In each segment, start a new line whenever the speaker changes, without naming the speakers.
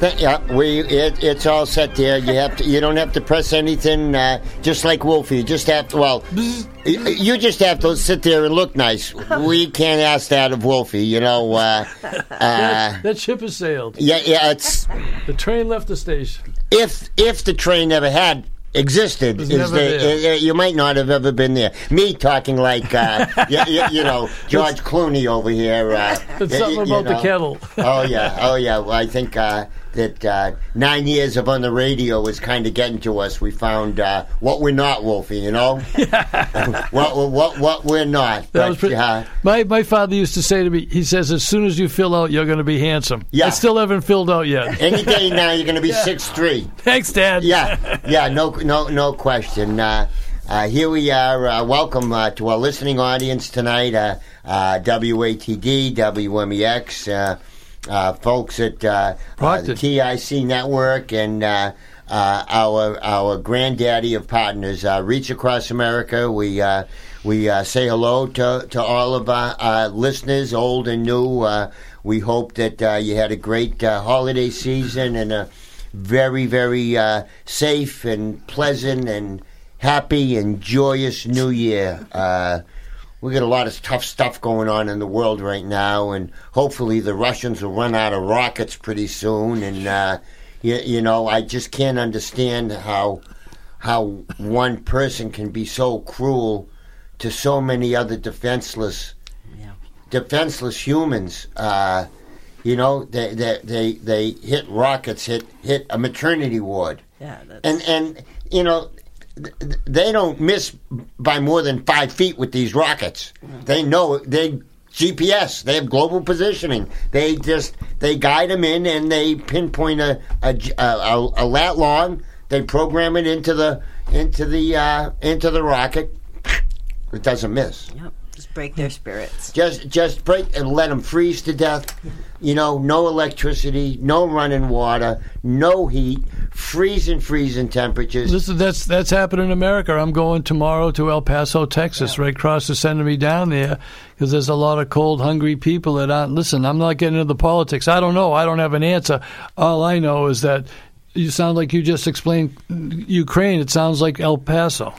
Th- Yeah, we it, it's all set there. You have to. You don't have to press anything. Uh, just like Wolfie, you just have to. Well, y- you just have to sit there and look nice. We can't ask that of Wolfie. You know. Uh, uh,
That, that ship has sailed.
yeah, yeah. It's
The train left the station.
if if the train ever had existed,
was
is
never
the-
there.
uh, uh, you might not have ever been there. Me talking like uh, you, you know George Clooney over here. Uh,
It's
y-
something
you
about the
know.
kettle.
oh yeah, oh yeah. Well, I think uh, that uh, nine years of on the radio was kind of getting to us. We found uh, what we're not, Wolfie. You know, what, what what what we're not.
That was pretty,
uh,
my my father used to say to me. He says, "As soon as you fill out, you're going to be handsome."
Yeah.
I still haven't filled out yet.
any day now, you're going to be six three.
Thanks, Dad.
Yeah, yeah. No, no, no question. Uh, uh, here we are. Uh, welcome uh, to our listening audience tonight. Uh, uh, WATD, WMEX, uh, uh, folks at uh, uh, the
Proctor.
TIC Network, and uh, uh, our our granddaddy of partners, uh, Reach Across America. We uh, we uh, say hello to to all of our uh, listeners, old and new. Uh, we hope that uh, you had a great uh, holiday season and a very very uh, safe and pleasant and happy and joyous new year. Uh, we got a lot of tough stuff going on in the world right now, and hopefully the Russians will run out of rockets pretty soon. And uh, you, you know, I just can't understand how how one person can be so cruel to so many other defenseless defenseless humans. Uh, you know, they, they they they hit rockets, hit hit a maternity ward
Yeah, that's,
and and you know th- th- they don't miss by more than five feet with these rockets. They know they GPS. They have global positioning. They just they guide them in and they pinpoint a a, j- a- a- a lat long. They program it into the into the uh, into the rocket. It doesn't miss.
yep, just break their spirits.
Just just break and let them freeze to death. You know, no electricity, no running water, no heat, freezing freezing temperatures.
Listen, that's that's happened in America. I'm going tomorrow to El Paso, Texas. Red Cross is sending me down there because there's a lot of cold, hungry people that aren't. Listen, I'm not getting into the politics. I don't know. I don't have an answer. All I know is that you sound like you just explained Ukraine. It sounds like El Paso.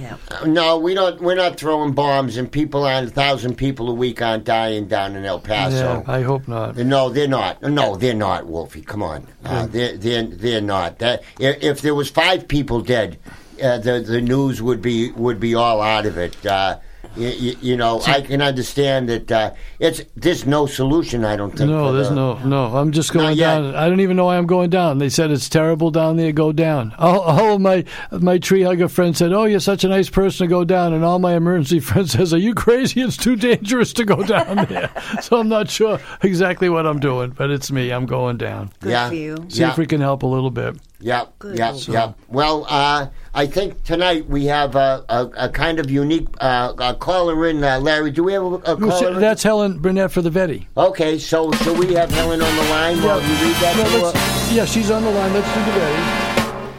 Yeah,
No, we don't. We're not throwing bombs, and people aren't. A thousand people a week aren't dying down in El
yeah,
Paso. Uh,
I hope not.
no, they're not. No, they're not, Wolfie. Come on, uh, they're they're they're not. That if, if there was five people dead, uh, the the news would be would be all out of it. Uh, you, you know, I can understand that. Uh, it's there's no solution. I don't think.
No,
for
there's
the-
no, no. I'm just going
uh, Not yet.
down. I don't even know why I'm going down. They said it's terrible down there. Go down. All, all of my my tree hugger friends said, "Oh, you're such a nice person to go down," and all my emergency friends says, "Are you crazy? It's too dangerous to go down there." so I'm not sure exactly what I'm doing, but it's me. I'm going down.
good
Yeah.
for you.
See if we can help a little bit.
Yep,
Good
yep,
Lord.
yep. Well, uh, I think tonight we have a, a, a kind of unique uh, a caller in. Uh, Larry, do we have a, a caller? in?
That's Helen Burnett for the Vetti.
Okay, so so we have Helen on the line while you read that
No,
to her?
let's- yeah, she's on the line. Let's do the Vetti.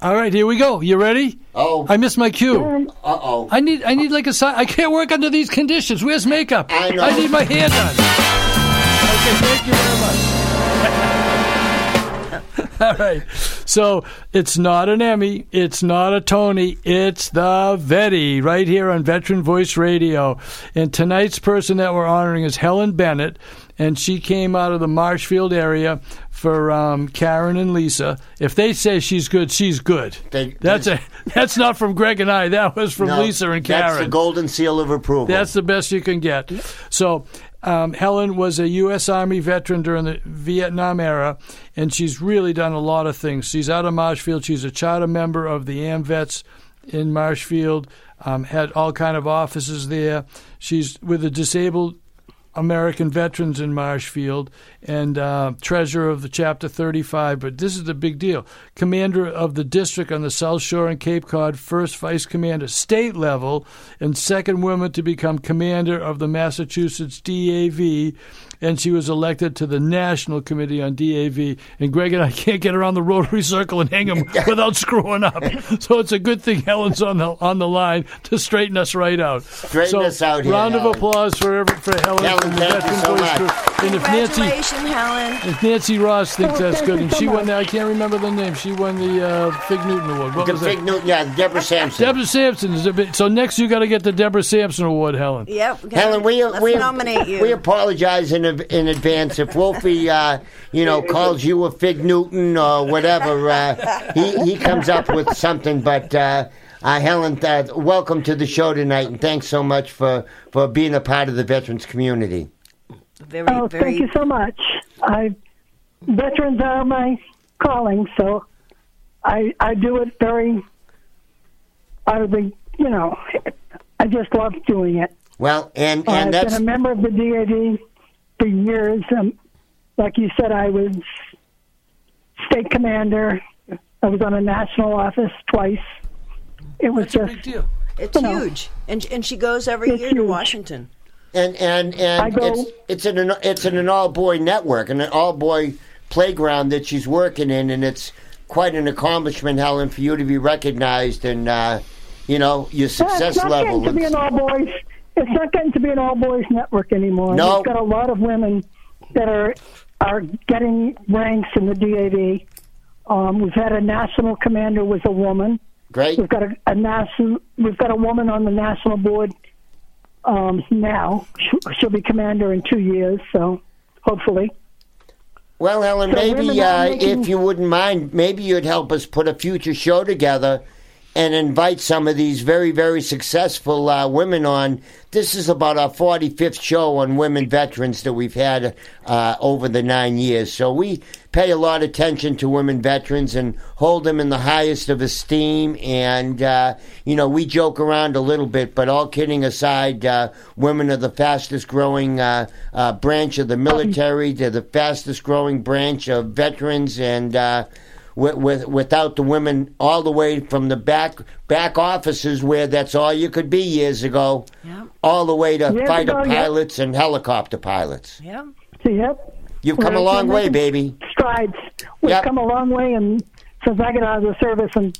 All right, here we go. You ready?
Oh,
I missed my cue.
uh oh.
I need I need like a sign. I can't work under these conditions. Where's makeup?
I know.
need my hair done. Okay, thank you very much. All right. So it's not an Emmy. It's not a Tony. It's the Vetti right here on Veteran Voice Radio. And tonight's person that we're honoring is Helen Bennett. And she came out of the Marshfield area for um, Karen and Lisa. If they say she's good, she's good.
They-
that's a, that's not from Greg and I. That was from Lisa and Karen.
That's the golden seal of approval.
That's the best you can get. So, um, Helen was a U.S. Army veteran during the Vietnam era, and she's really done a lot of things. She's out of Marshfield. She's a charter member of the AMVETS in Marshfield. Um, had all kind of offices there. She's with the disabled American veterans in Marshfield and uh, treasurer of the Chapter 35. But this is the big deal. Commander of the district on the South Shore and Cape Cod, first vice commander, state level, and second woman to become commander of the Massachusetts DAV. And she was elected to the National Committee on DAV. And Greg and I can't get around the Rotary Circle and hang them without screwing up. So it's a good thing Helen's on the on the line to straighten us right out.
Straighten
so,
us out here,
Round
Helen.
of applause for every, for Helen.
Helen,
and the
thank you
Veteran
so
Voice
much.
Group. And if Nancy,
Congratulations, Helen.
if Nancy Ross thinks
Oh,
that's
thank
good,
you
and
so
she won
much.
that, I can't remember the name. She won the uh, Fig Newton Award. What
The
was
big
that?
Newton, yeah, Deborah Sampson.
Deborah Sampson. Is a bit, so next you got to get the Deborah Sampson Award, Helen.
Yep. okay.
Helen, we
Let's
we
nominate you.
We apologize in ad- in advance if Wolfie, uh, you know, calls you a fig Newton or whatever. Uh, he he comes up with something, but. Uh, uh, Helen, uh, welcome to the show tonight, and thanks so much for, for being a part of the veterans community.
very,
Oh,
very.
thank you so much. I veterans are my calling, so I I do it very utterly. You know, I just love doing it.
Well, and,
I've
and that's
been a member of the DAD for years. Um, like you said, I was state commander. I was on a national office twice. It was
That's a
just
big deal.
It's huge, and and she goes every
It's
year to
huge.
Washington.
and and
I
and
go-
it's it's an it's an all boy network and an all boy playground that she's working in, and it's quite an accomplishment, Helen, for you to be recognized and uh, you know your
Well,
success
it's not
level.
Getting to be
It's-
an all boys. It's not getting to be an all boys network anymore.
No.
We've got a lot of women that are are getting ranks in the DAV. Um, we've had a national commander was a woman.
great,
We've got a, a national. We've got a woman on the national board um, now. She'll, she'll be commander in two years, so hopefully.
Well, Helen,
So women
maybe
are
uh,
making-
if you wouldn't mind, maybe you'd help us put a future show together and invite some of these very, very successful uh, women on. This is about our 45th show on women veterans that we've had uh, over the nine years. So we pay a lot of attention to women veterans and hold them in the highest of esteem. And, uh, you know, we joke around a little bit, but all kidding aside, uh, women are the fastest growing uh, uh, branch of the military. They're the fastest growing branch of veterans, and uh, with, with, without the women, all the way from the back back offices where that's all you could be years ago,
Yep.
all the way to
Years
fighter
ago, yep.
pilots and helicopter pilots.
Yeah.
So, yep.
You've come a
We're-
long
we're
way,
making
baby.
Strides. We've
Yep.
come a long way, and since I got out of the service in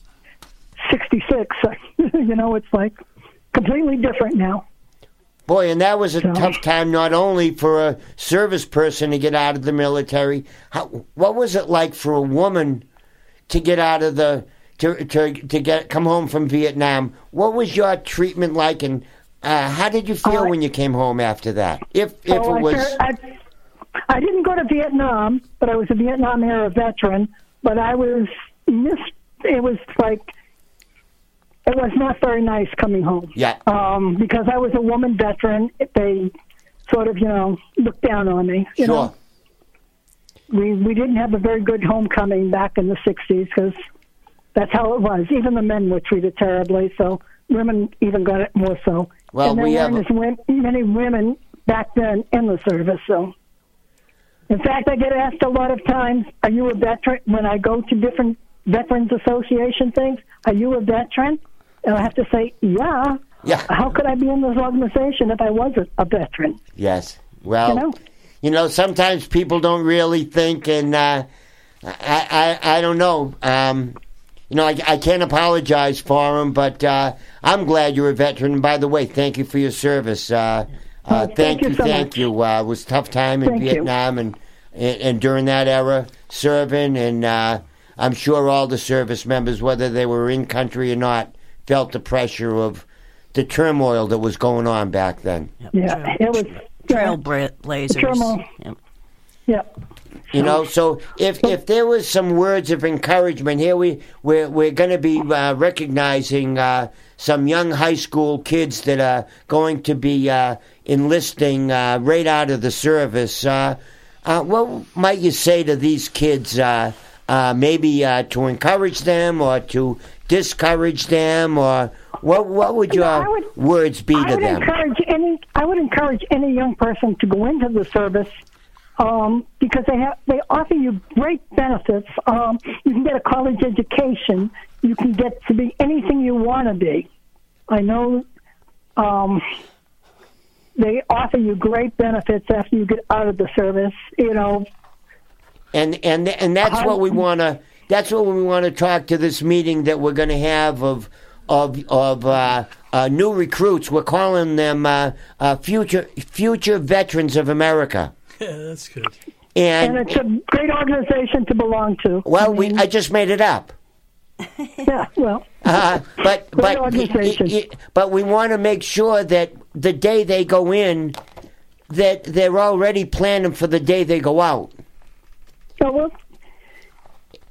'66, you know, it's like completely different now.
Boy, and that was a
So-
tough time not only for a service person to get out of the military. How, what was it like for a woman to get out of the to to to get come home from Vietnam? What was your treatment like, and uh, how did you feel
I-
when you came home after that? If if
Oh,
it
I,
was
ser- I, I didn't go to Vietnam, but I was a Vietnam era veteran. But I was mis. It was like it was not very nice coming home.
yeah,
Um, because I was a woman veteran, they sort of you know looked down on me. You
sure.
know, we we didn't have a very good homecoming back in the '60s because that's how it was. Even the men were treated terribly, so women even got it more so.
Well,
and there
we
weren't
have-
as wom- many women back then in the service. So, in fact, I get asked a lot of times, "Are you a veteran?" When I go to different veterans association things, "Are you a veteran?" And I have to say, "Yeah."
Yeah.
How could I be in this organization if I wasn't a veteran?
Yes. Well, you
You
know,
know?
sometimes people don't really think, and uh, I, I, I don't know. Um, you know, I, I can't apologize for them, but uh, I'm glad you're a veteran. And by the way, thank you for your service. Uh, uh, thank,
Oh, thank you
you,
so
thank
much.
you. Uh, it was a tough time in
Thank you.
Vietnam, and, and and during that era, serving, and uh, I'm sure all the service members, whether they were in country or not, felt the pressure of the turmoil that was going on back then.
Yeah, it was
Trailblazers.
Trailbla-
Yep.
Yeah.
You know, so if if there was some words of encouragement here, we we're we're going to be uh, recognizing uh, some young high school kids that are going to be uh, enlisting uh, right out of the service. Uh, uh, what might you say to these kids? Uh, uh, maybe uh, to encourage them or to discourage them, or what? What would your
I would-
words be
I
to
would
them?
encourage any. I I would encourage any young person to go into the service um, because they have they offer you great benefits. Um, you can get a college education. You can get to be anything you want to be. I know um, they offer you great benefits after you get out of the service. You know,
and and and that's what we want to that's what we want to talk to this meeting that we're going to have of of of uh, uh, new recruits. We're calling them uh, uh, future future veterans of America.
Yeah, that's good.
and
And
it's a great organization to belong to.
well, we I just made it up.
yeah, well,
Uh, but but
organization.
but we want to make sure that the day they go in, that they're already planning for the day they go out.
yeah, well,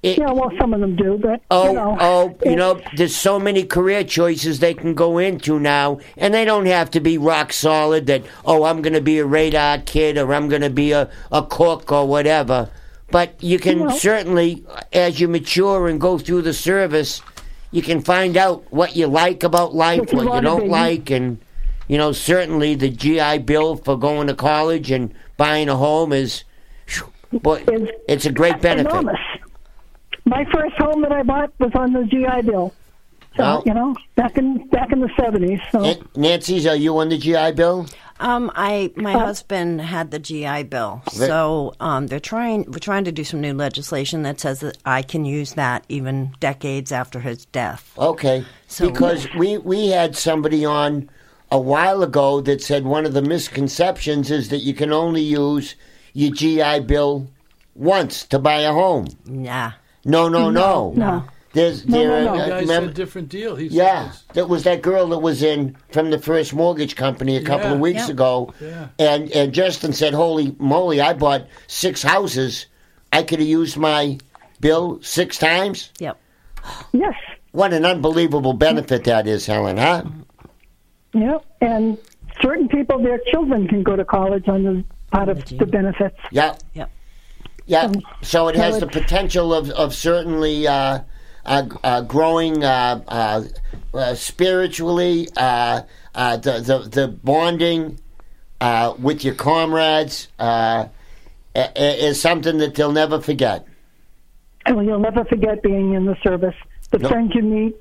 It-
yeah, well, some of them do, but
Oh,
you know,
oh, you
it-
know, there's so many career choices they can go into now, and they don't have to be rock solid that, oh, I'm going to be a radar kid or I'm going to be a, a cook or whatever. But you can
No.
certainly, as you mature and go through the service, you can find out what you like about life,
What you
what you
wanna
don't
be.
like, and, you know, certainly the GI Bill for going to college and buying a home is, phew, boy,
It's-
it's a great benefit.
enormous. My first home that I bought was on the GI Bill. So
Wow.
you know, back in back in the seventies. So
Nan- Nancy's, are you on the GI Bill?
Um, I my
Uh-huh.
husband had the GI Bill, so um, they're trying. We're trying to do some new legislation that says that I can use that even decades after his death.
Okay.
So-
because we, we had somebody on a while ago that said one of the misconceptions is that you can only use your GI Bill once to buy a home.
Nah,
No, no, no.
no.
There's,
No,
there,
no, no.
uh,
The
Guy said
remember-
different deal. He said
yeah,
it's-
that was that girl that was in from the first mortgage company a couple
Yeah.
of weeks
Yeah.
ago,
Yeah.
and and Justin said, "Holy moly! I bought six houses. I could have used my bill six times.
yep.
yes,
What an unbelievable benefit that is, Helen, huh?"
yeah, and certain people, their children can go to college on the part of the benefits.
Yeah.
Yep.
Yeah. So it
so
has the
it's-
potential of, of certainly uh, uh, uh, growing uh, uh, uh, spiritually, uh, uh, the, the, the bonding uh, with your comrades uh, i- i- is something that they'll never forget.
And you'll never forget being in the service, the friends you meet,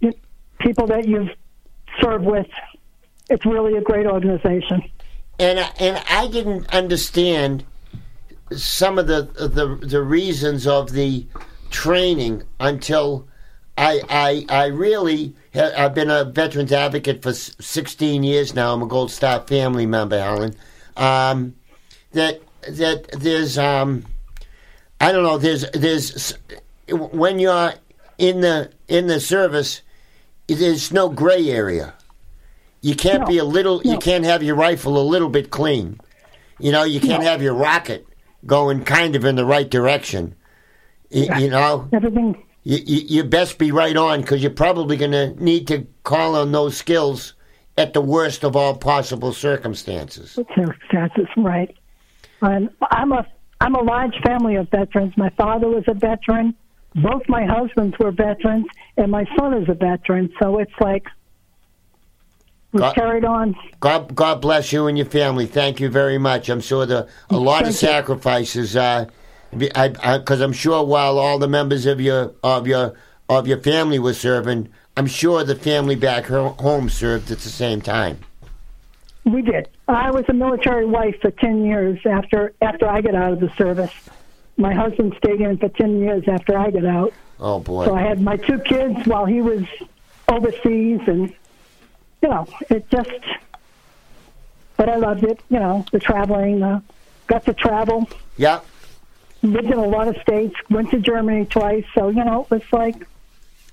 you- people that you've served with. It's really a great organization.
and I- and I didn't understand some of the the the reasons of the training until I I I really ha- I've been a veterans advocate for s- 16 years now. I'm a Gold Star family member, Alan. Um, that that there's um I don't know there's there's s- when you're in the in the service there's no gray area. You can't
No.
be a little. You
No.
can't have your rifle a little bit clean. You know, you can't have your rocket going kind of in the right direction. Y- You, know,
Everything.
you, you, you best be right on because you're probably going to need to call on those skills at the worst of all possible circumstances.
circumstances, right? And I'm a I'm a large family of veterans. My father was a veteran. Both my husbands were veterans, and my son is a veteran. So it's like we
Got-
carried on.
God, God bless you and your family. Thank you very much. I'm sure the a lot of
Thank you.
sacrifices. Because I, I, 'cause I'm sure while all the members of your of your of your family were serving, I'm sure the family back her, home served at the same time.
We did. I was a military wife for ten years after after I got out of the service. My husband stayed in for ten years after I got out.
Oh boy.
So I had my two kids while he was overseas, and you know, it just. But I loved it. You know, the traveling, uh, got to travel,
yeah.
lived in a lot of states, went to Germany twice. So you know, it was like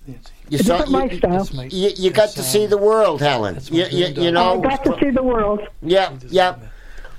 You,
a
saw,
different
you,
lifestyle.
that's my-
you, you got to
that's,
see
um,
the world, Helen.
that's my
You, you,
dream
you
dog.
know.
I got to see the world.
Yeah, yeah.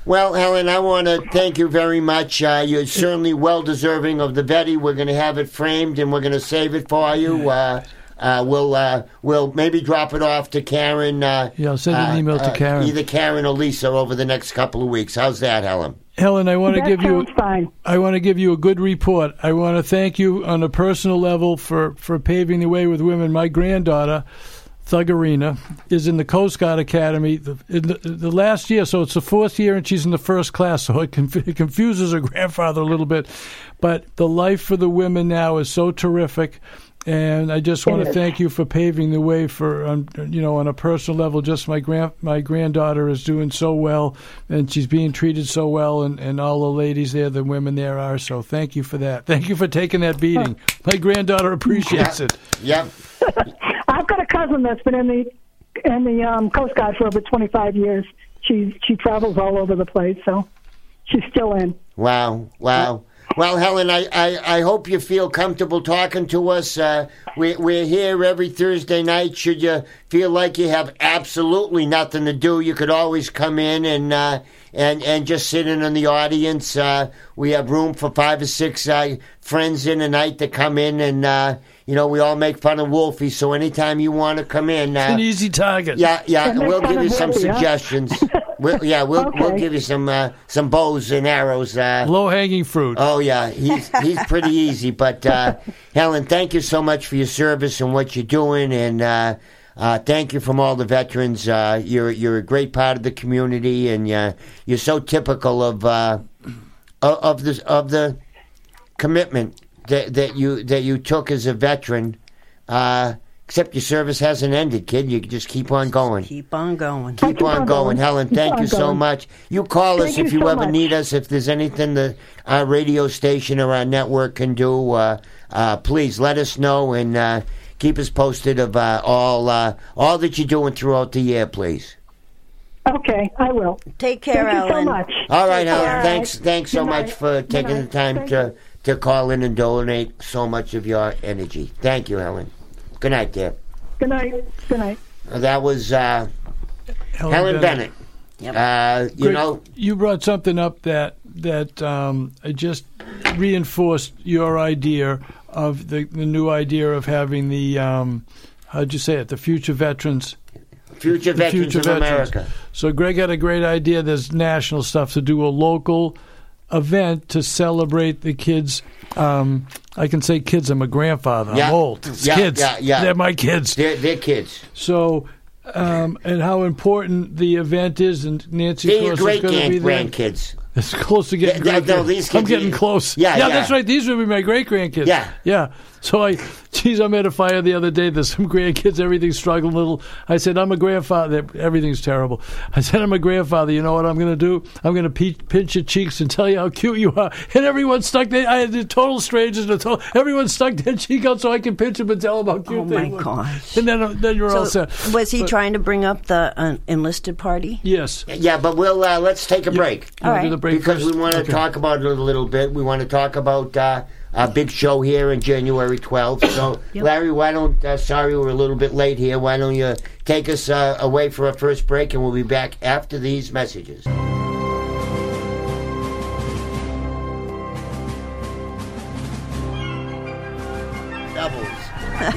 Well, Helen, I want to thank you very much. Uh, you're certainly well deserving of the Betty. We're going to have it framed and we're going to save it for you. Uh, uh, we'll uh, we'll maybe drop it off to Karen. Uh,
Yeah, I'll send an
uh,
email to
uh,
Karen.
Either Karen or Lisa over the next couple of weeks. How's that, Helen?
Helen, I want to
That
give you.
sounds fine.
I want to give you a good report. I want to thank you on a personal level for, for paving the way with women. My granddaughter, Thugarina, is in the Coast Guard Academy the, in the, the last year. So it's the fourth year, and she's in the first class. So it, conf- it confuses her grandfather a little bit. But the life for the women now is so terrific. And I just want to thank you for paving the way for, um, you know, on a personal level. Just my grand my granddaughter is doing so well, and she's being treated so well, and, and all the ladies there, the women there are. So thank you for that. Thank you for taking that beating. My granddaughter appreciates it.
Yep.
I've got a cousin that's been in the in the um, Coast Guard for over 25 years. She she travels all over the place, so she's still in.
Wow. Wow. Well, Helen, I, I, I hope you feel comfortable talking to us. Uh, we, we're here every Thursday night. Should you feel like you have absolutely nothing to do, you could always come in and uh, and and just sit in on the audience. Uh, we have room for five or six uh, friends in a night to come in, and uh, you know we all make fun of Wolfie. So anytime you want to come in, uh,
An easy target.
yeah, yeah,
And make
we'll
fun
give
of
you some
Wolfie, huh?
suggestions. We'll, yeah, we'll we'll
Okay.
give you some uh, some bows and arrows. Uh,
Low hanging fruit.
Oh yeah, he's he's pretty easy. But uh, Helen, thank you so much for your service and what you're doing, and uh, uh, thank you from all the veterans. Uh, you're you're a great part of the community, and uh, you're so typical of uh, o- of this of the commitment that that you that you took as a veteran. Uh, except your service hasn't ended, kid. You just keep on going.
Keep on going.
Keep on going, Helen.
Keep
Thank
on
you so
going.
much. You call us
Thank
if
you
you
so
ever
much.
need us. If there's anything that our radio station or our network can do, uh, uh, please let us know and uh, keep us posted of uh, all uh, all that you're doing throughout the year, please.
Okay, I will.
Take care,
Thank you
Ellen.
so much.
All right,
All
Helen.
right.
Thanks, thanks so
Good
much
night.
for
Good
taking the
night.
time
Thank
to to call in and donate so much of your energy. Thank you, Helen. Good night, dear.
Good night. Good night.
That was uh, Helen Bennett.
Yep.
Uh, you
Great.
know,
you brought something up that that um, I just reinforced your idea of the, the new idea of having the um, how'd you say it the future veterans
future
the
veterans
future
of
veterans.
America.
So Greg had a great idea. There's national stuff to do a local event to celebrate the kids. Um, I can say kids. I'm a grandfather.
Yeah.
I'm old. It's
Yeah,
kids.
yeah, yeah.
They're my kids.
They're, they're kids.
So, um, and how important the event is, and Nancy
They're your
Cross
great
is going to
grand-
be there.
grandkids.
It's close to getting
Yeah,
great.
no, these
I'm
kids-
getting close.
Yeah, yeah.
that's right. These would be my great grandkids.
Yeah.
yeah. So I, geez, I'm at a fire the other day. There's some grandkids. Everything's struggling a little. I said, I'm a grandfather. Everything's terrible. I said, I'm a grandfather. You know what I'm going to do? I'm going to pe- pinch your cheeks and tell you how cute you are. And everyone stuck their, I had the total strangers. The total, everyone stuck their cheek out so I could pinch them and tell them how cute
Oh
they
my
were.
gosh.
And then, uh, then you're all
So,
set.
was he trying to bring up the uh, enlisted party?
Yes.
Yeah, but we'll uh, let's take a break
All
We'll do
right.
the break
because
first.
we want to
Okay.
talk about it a little bit. We want to talk about uh, our big show here in January 12th. So, Larry, why don't? Uh, sorry, we're a little bit late here. Why don't you take us uh, away for our first break, and we'll be back after these messages. Doubles.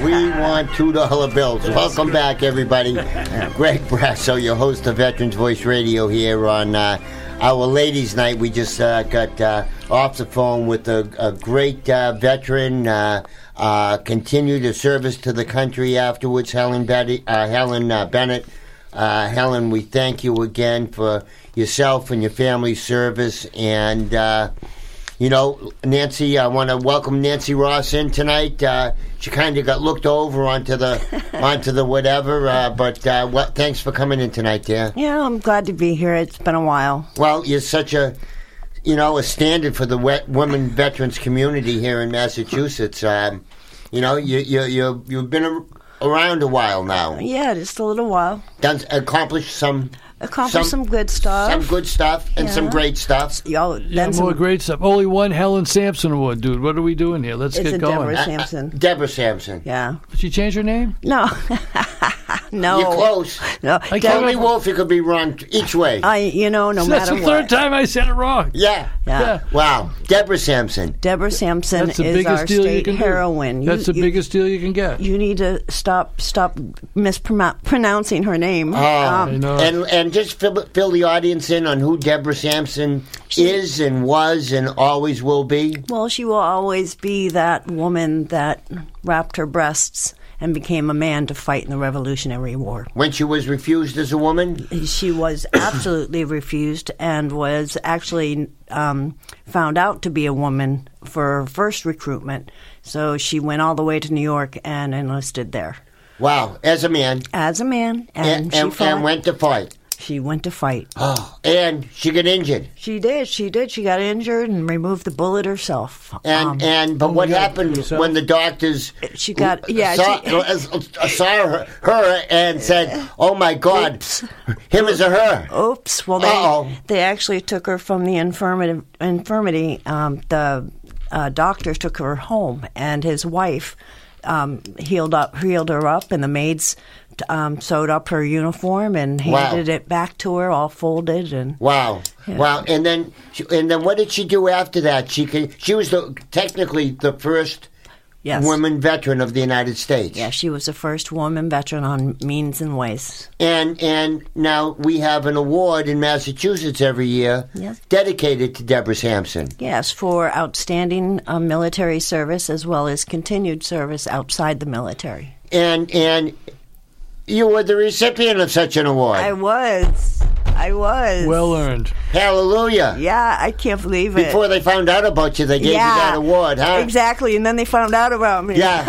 We want two dollar bills. Welcome back, everybody. Greg Brasso, your host of Veterans Voice Radio here on uh, our Ladies' Night. We just uh, got uh, off the phone with a, a great uh, veteran. Uh, uh, continued a service to the country afterwards. Helen Betty, uh, Helen uh, Bennett. Uh, Helen, we thank you again for yourself and your family service and. Uh, you know, Nancy, I want to welcome Nancy Ross in tonight. Uh, she kind of got looked over onto the onto the whatever, uh, but uh, well, thanks for coming in tonight, dear.
Yeah, I'm glad to be here. It's been a while.
Well, you're such a you know a standard for the wet women veterans community here in Massachusetts. Um, you know, you you you you've been a, around a while now.
Yeah, just a little while.
Done accomplished some
Accomplished some, good stuff.
some good stuff and some
Yeah.
great stuff.
Y'all,
Yeah,
then
more
some,
great stuff. Only one Helen Sampson award, dude. What are we doing here? Let's
it's
get
a
going.
Deborah
Uh,
Sampson.
Deborah Sampson.
Yeah.
She changed her name?
No. no.
You're close.
No.
I can't
Oh. Deborah-
Only Wolfie could be wrong t- each way.
I, you know, no
That's
matter
the third
what.
time I said it wrong.
yeah.
Yeah.
Wow, Deborah Sampson.
Deborah Sampson
That's the
is
biggest
our
deal you
state
can
heroine.
do.
You-
That's the
you-
biggest deal you can get.
You need to stop stop mispronouncing her name. Um,
I know.
and and just fill, fill the audience in on who Deborah Sampson is and was and always will be.
Well, she will always be that woman that wrapped her breasts and became a man to fight in the Revolutionary War.
When she was refused as a woman?
She was absolutely refused and was actually um, found out to be a woman for her first recruitment. So she went all the way to New York and enlisted there.
Wow, as a man.
As a man.
And,
she
and,
fought.
and went to fight.
She went to fight.
Oh, and she got injured.
She did. She did. She got injured and removed the bullet herself.
And
Um,
and but what happened when the doctors
She got- yeah,
saw,
she-
uh, saw her, her and said, "Oh my God, him is a her."
Oops. Well, they
Uh-oh.
they actually took her from the infirmity. Infirmity. Um, the uh, doctor took her home, and his wife um, healed up, healed her up, and the maids t- um, sewed up her uniform and
Wow.
handed it back to her, all folded. And
Wow, wow! And then she, and then what did she do after that? She can, she was the, technically the first
yes,
woman veteran of the United States.
Yeah, she was the first woman veteran on means and ways.
And and now we have an award in Massachusetts every year
Yes.
dedicated to Deborah Sampson.
Yes, for outstanding uh, military service as well as continued service outside the military.
And and you were the recipient of such an award.
I was. I was.
Well earned.
Hallelujah.
Yeah, I can't believe it.
Before they found out about you, they gave
yeah,
you that award, huh?
Exactly, and then they found out about me.
Yeah.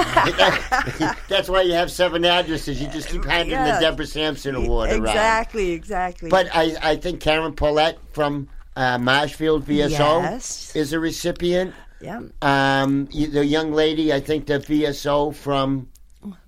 That's why you have seven addresses. You just keep handing
Yeah.
the Deborah Sampson Award around.
Exactly, exactly.
But I, I think Karen Paulette from uh, Marshfield VSO
Yes.
is a recipient.
yeah,
Um, y- the young lady, I think the VSO from.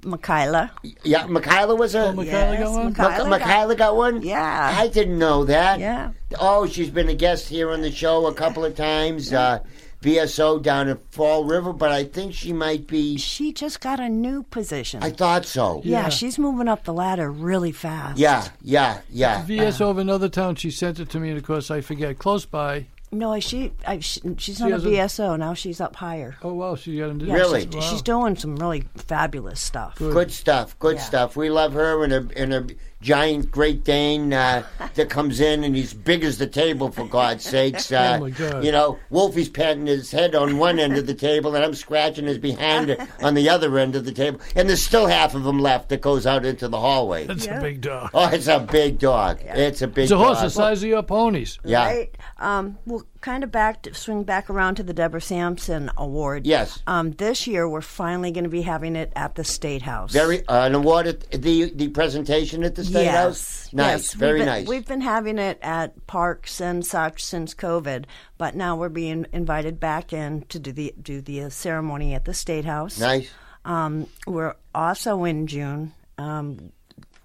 Michaela.
Yeah, Michaela was a.
Michaela got one?
Mik-
Oh, Michaela got-
Michaela got one?
Yeah.
I didn't know that.
Yeah.
Oh, she's been a guest here on the show a couple of times. Uh, VSO down at Fall River, but I think she might be.
She just got a new position.
I thought so.
yeah, she's moving up the ladder really fast.
Yeah, yeah, yeah.
VSO of another town. She sent it to me, and of course I forget. Close by.
No, she, I, she she's not a
has a-
BSO now. She's up higher.
Oh wow, she got into
Yeah,
Really?
she's,
Wow.
she's doing some really fabulous stuff.
Good stuff. Good
Yeah.
stuff. We love her and a and a giant Great Dane uh, that comes in and he's big as the table for God's sakes. Uh,
Oh, my God.
You know, Wolfie's patting his head on one end of the table and I'm scratching his behind on the other end of the table. And there's still half of him left that goes out into the hallway.
That's a big dog.
Oh, it's a big dog. It's a big.
It's a horse the
dog.
size of your ponies.
Yeah.
Right. Um, we'll kind of back to, swing back around to the Deborah Sampson Award.
Yes.
Um, this year we're finally going to be having it at the State House.
Very uh, an award at the the presentation at the state
yes.
house. Nice.
Yes.
Very
we've been,
nice.
We've been having it at parks and such since COVID, but now we're being invited back in to do the do the uh, ceremony at the State House.
nice.
Um, we're also in June. Um,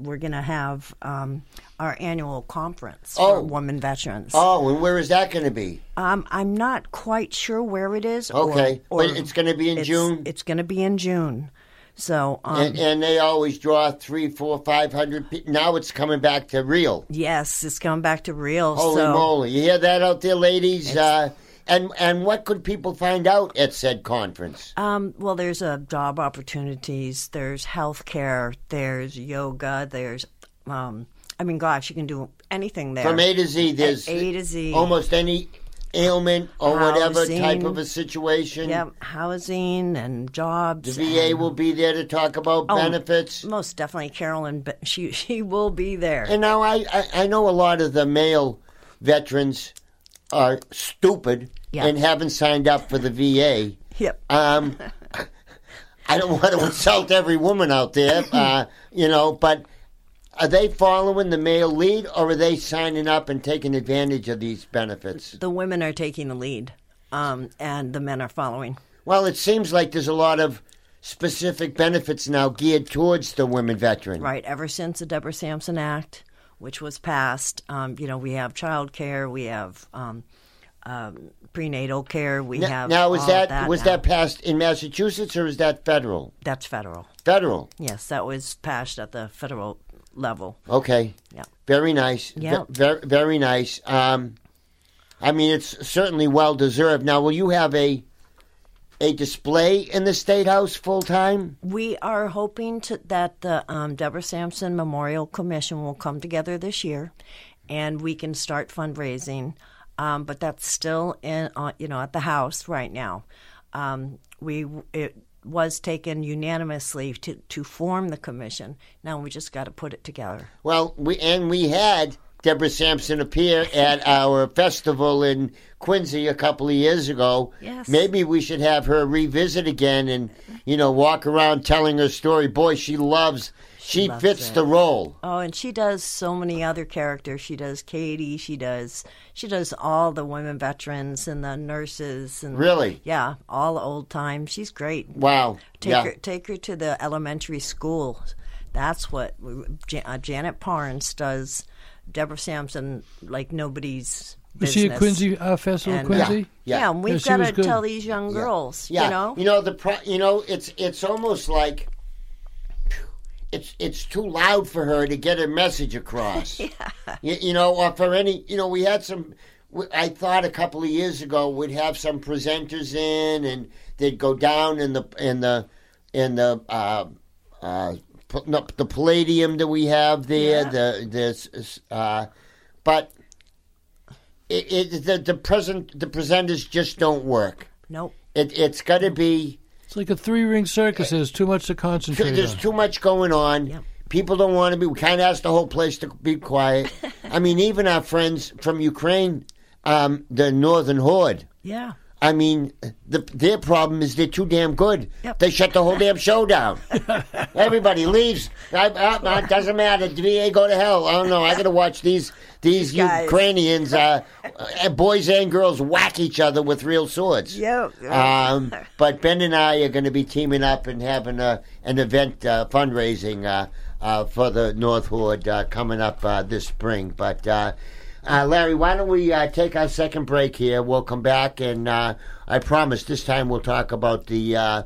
we're going to have um, our annual conference
Oh.
for women veterans.
Oh, and where is that going to be?
Um, I'm not quite sure where it is. or-
Okay,
or,
but it's going to be in
it's-
June,
It's going to be in June. So, um,
and, and they always draw three, four, five hundred. Pe- now it's coming back to real.
yes, it's coming back to real.
Holy
so,
moly! You hear that out there, ladies? Uh, and and what could people find out at said conference?
um, well, there's uh, job opportunities. There's healthcare. There's yoga. There's, um, I mean, gosh, you can do anything there.
From A to Z, there's
A to Z.
almost any ailment or whatever
Housing.
type of a situation.
Yep, housing and Oh, jobs.
VA will be there to talk about benefits.
and most definitely, Carolyn. But she she will be there.
And now I, I, I know a lot of the male veterans are stupid
Yeah.
and haven't signed up for the VA.
yep.
Um, I don't want to insult every woman out there, uh, you know, but are they following the male lead or are they signing up and taking advantage of these benefits?
the women are taking the lead, um, and the men are following.
Well, it seems like there's a lot of specific benefits now geared towards the women veteran.
Right. Ever since the Deborah Sampson Act, which was passed, um, you know, we have child care, we have um, um, prenatal care, we
N-
have.
Now, is
all
that,
of
was
now.
that passed in Massachusetts or is that federal?
That's federal.
Federal.
Yes, that was passed at the federal level.
Okay.
Yeah.
Very nice.
Yeah.
Very, very nice. Um, I mean, it's certainly well deserved. Now, will you have a a display in the state house full time?
We are hoping to, that the um, Deborah Sampson Memorial Commission will come together this year, and we can start fundraising. Um, but that's still in, uh, you know, at the house right now. Um, we it, was taken unanimously to, to form the commission. Now we just got to put it together.
Well, we and we had Deborah Sampson appear at our festival in Quincy a couple of years ago.
Yes.
Maybe we should have her revisit again and, you know, walk around telling her story. Boy, she loves, she,
loves
fits
it.
the role.
Oh, and she does so many other characters. She does Katie. She does she does all the women veterans and the nurses and
Really?
yeah, all old time. She's great.
Wow.
Take
yeah.
her take her to the elementary school. That's what we- Jan- uh, Janet Parnes does. Deborah Sampson like nobody's.
Was
Business.
she at Quincy uh, Festival,
And, uh,
Quincy?
Yeah.
Yeah, and
Yeah,
we've
she
got
was
to
good.
tell these young girls,
Yeah.
you know.
the pro- you know, it's it's almost like it's it's too loud for her to get her message across. yeah. You, you know, or for any, you know, we had some we- I thought a couple of years ago we'd have some presenters in and they'd go down in the in the in the uh uh pl- no, the palladium that we have there, the this uh but it, it the the present the presenters just don't work.
Nope.
It, it's got to be.
It's like a three ring circus. There's too much to concentrate
There's
on.
too much going on.
Yeah.
People don't want to be. We can't ask the whole place to be quiet. I mean, even our friends from Ukraine, um, the Northern Horde.
Yeah.
I mean, the, their problem is they're too damn good.
Yep.
They shut the whole damn show down. Everybody leaves. I, I, it doesn't matter. VA go to hell. I don't know. I got to watch these these
guys.
Ukrainians, uh, uh, boys and girls, whack each other with real swords.
Yep.
Um, but Ben and I are going to be teaming up and having a, an event uh, fundraising uh, uh, for the North Horde uh, coming up uh, this spring. But uh, uh, Larry, why don't we uh, take our second break here? We'll come back, and uh, I promise this time we'll talk about the. Uh,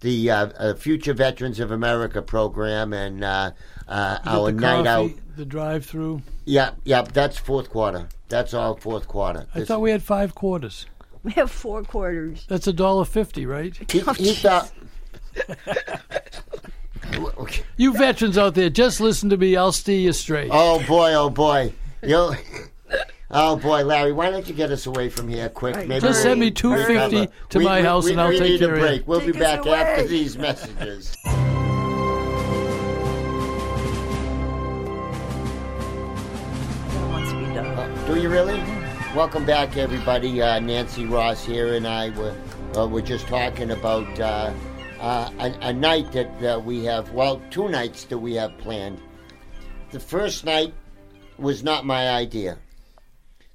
the uh, uh, Future Veterans of America program and uh, uh, our
the
night out.
coffee, the drive through.
Yep, yep, that's fourth quarter. That's all fourth quarter.
I
This-
thought we had five quarters.
we have four quarters.
That's a dollar fifty, right?
he, he thought.
You veterans out there, just listen to me. I'll steer you straight.
Oh boy, oh boy. You Oh boy, Larry, why don't you get us away from here quick? Maybe
Just send me $2.50 to my house and I'll
we
take
need
care
a
of you.
break. We'll be
Take us
back after
away.
these messages.
Once we done.
Do you really? Welcome back, everybody. Uh, Nancy Ross here, and I were uh, were just talking about uh, uh, a, a night that uh, we have. Well, two nights that we have planned. The first night was not my idea.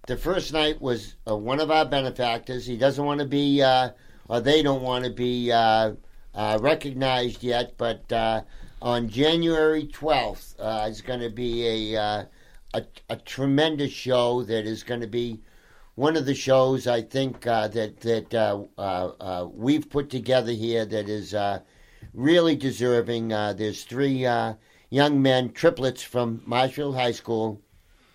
The first night was uh, one of our benefactors. He doesn't want to be, uh, or they don't want to be uh, uh, recognized yet. But uh, on January twelfth, uh, it's going to be a, uh, a a tremendous show that is going to be one of the shows I think uh, that that uh, uh, uh, we've put together here that is uh, really deserving. Uh, there's three uh, young men, triplets from Marshfield High School.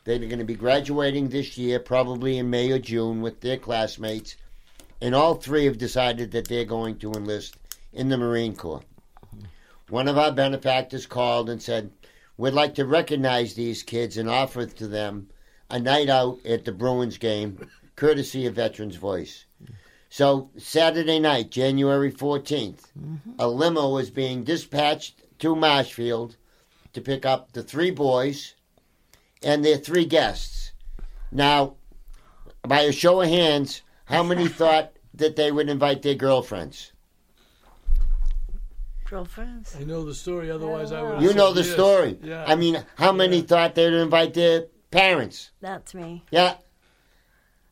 They're going to be graduating this year, probably in May or June, with their classmates, and all three have decided that they're going to enlist in the Marine Corps. One of our benefactors called and said, "We'd like to recognize these kids and offer to them." a night out at the Bruins game, courtesy of Veterans Voice. So Saturday night, January 14th,
Mm-hmm.
a limo was being dispatched to Marshfield to pick up the three boys and their three guests. Now, by a show of hands, how many thought that they would invite their girlfriends?
Girlfriends.
I know the story. Otherwise, I would.
You know the story.
Yeah.
I mean, how many thought they would invite their parents?
That's me.
Yeah.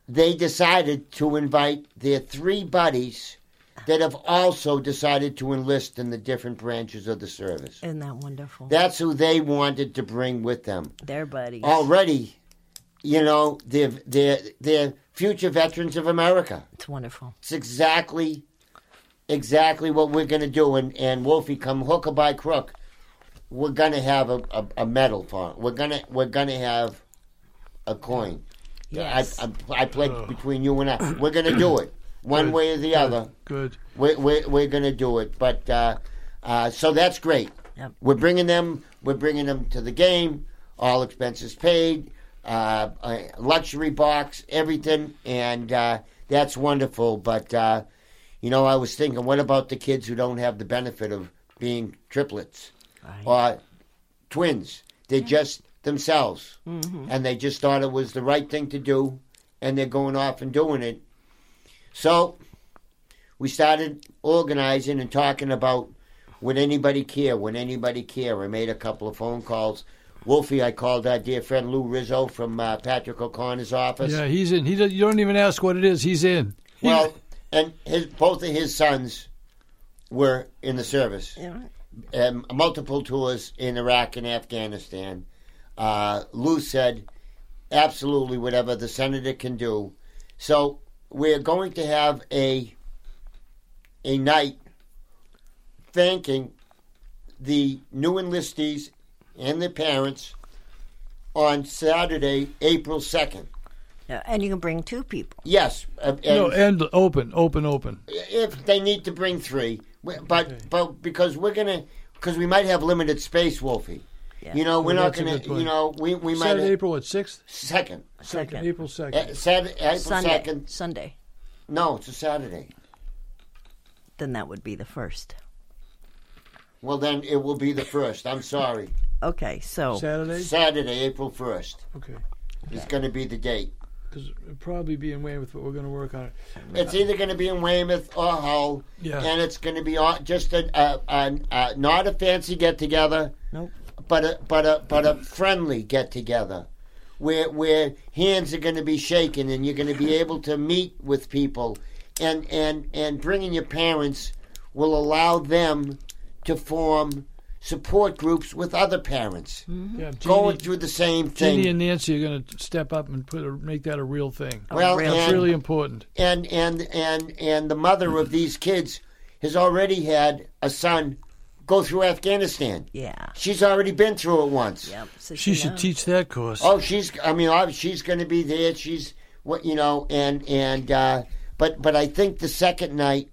They decided to invite their three buddies that have also decided to enlist in the different branches of the service.
Isn't that wonderful?
That's who they wanted to bring with them.
Their buddies.
Already, you know, they're, they're, they're future veterans of America.
It's wonderful.
It's exactly, exactly what we're going to do. And, and Wolfie, come hook or by crook, we're going to have a, a, a medal for it. We're going to we're gonna have a coin.
Yes.
I, I, I pledge between you and I. We're going to do it, one way or the other.
Good.
We're, we're, we're going to do it. But uh, uh, so that's great.
Yep.
We're bringing them. We're bringing them to the game. All expenses paid. Uh, a luxury box, everything, and uh, that's wonderful. But uh, You know, I was thinking, what about the kids who don't have the benefit of being triplets or twins? They're just themselves, and they just thought it was the right thing to do, and they're going off and doing it. So we started organizing and talking about would anybody care? Would anybody care? I made a couple of phone calls. Wolfie, I called our dear friend Lou Rizzo from uh, Patrick O'Connor's office.
Yeah, he's in. He does, you don't even ask what it is. He's in.
Well, and his both of his sons were in the service,
Yeah.
um, multiple tours in Iraq and Afghanistan. Uh, Lou said, "Absolutely, whatever the senator can do." So we're going to have a a night thanking the new enlistees and their parents on Saturday, April second.
Yeah, And you can bring two people.
Yes, uh, and-
no, and open, open, open.
if they need to bring three, w- but but because we're gonna because we might have limited space, Wolfie.
Yeah.
You know, we're not
Well, that's a
gonna.
good point.
You know, we we
Saturday,
might
April what sixth,
second.
Second.
April
Uh,
second.
Saturday, April
Sunday.
second.
Sunday.
No, it's a Saturday.
Then that would be the first.
Well, then it will be the first. I'm sorry.
Okay,
oh.
so
Saturday.
Saturday, April first
Okay,
is going to be the date.
because it'll probably be in Weymouth, but we're going to work on it.
It's either going to be in Weymouth or Hull,
Yeah.
and it's going to be all- just a, a, a, a not a fancy get together,
Nope.
but a but a but a friendly get together, where where hands are going to be shaken and you're going to be able to meet with people, and and and bringing your parents will allow them to form support groups with other parents
Yeah, Hmm. Jeannie,
going through the same thing.
Jeannie and Nancy are going to step up and put a, make that a real thing.
well,
real
and-
It's really important.
and and and and the mother
Mm-hmm.
of these kids has already had a son go through Afghanistan.
yeah.
She's already been through it once.
Yep. so
She should
knows.
teach that course.
Oh, she's. I mean, ob- she's going to be there. She's what you know, and and uh, but but I think the second night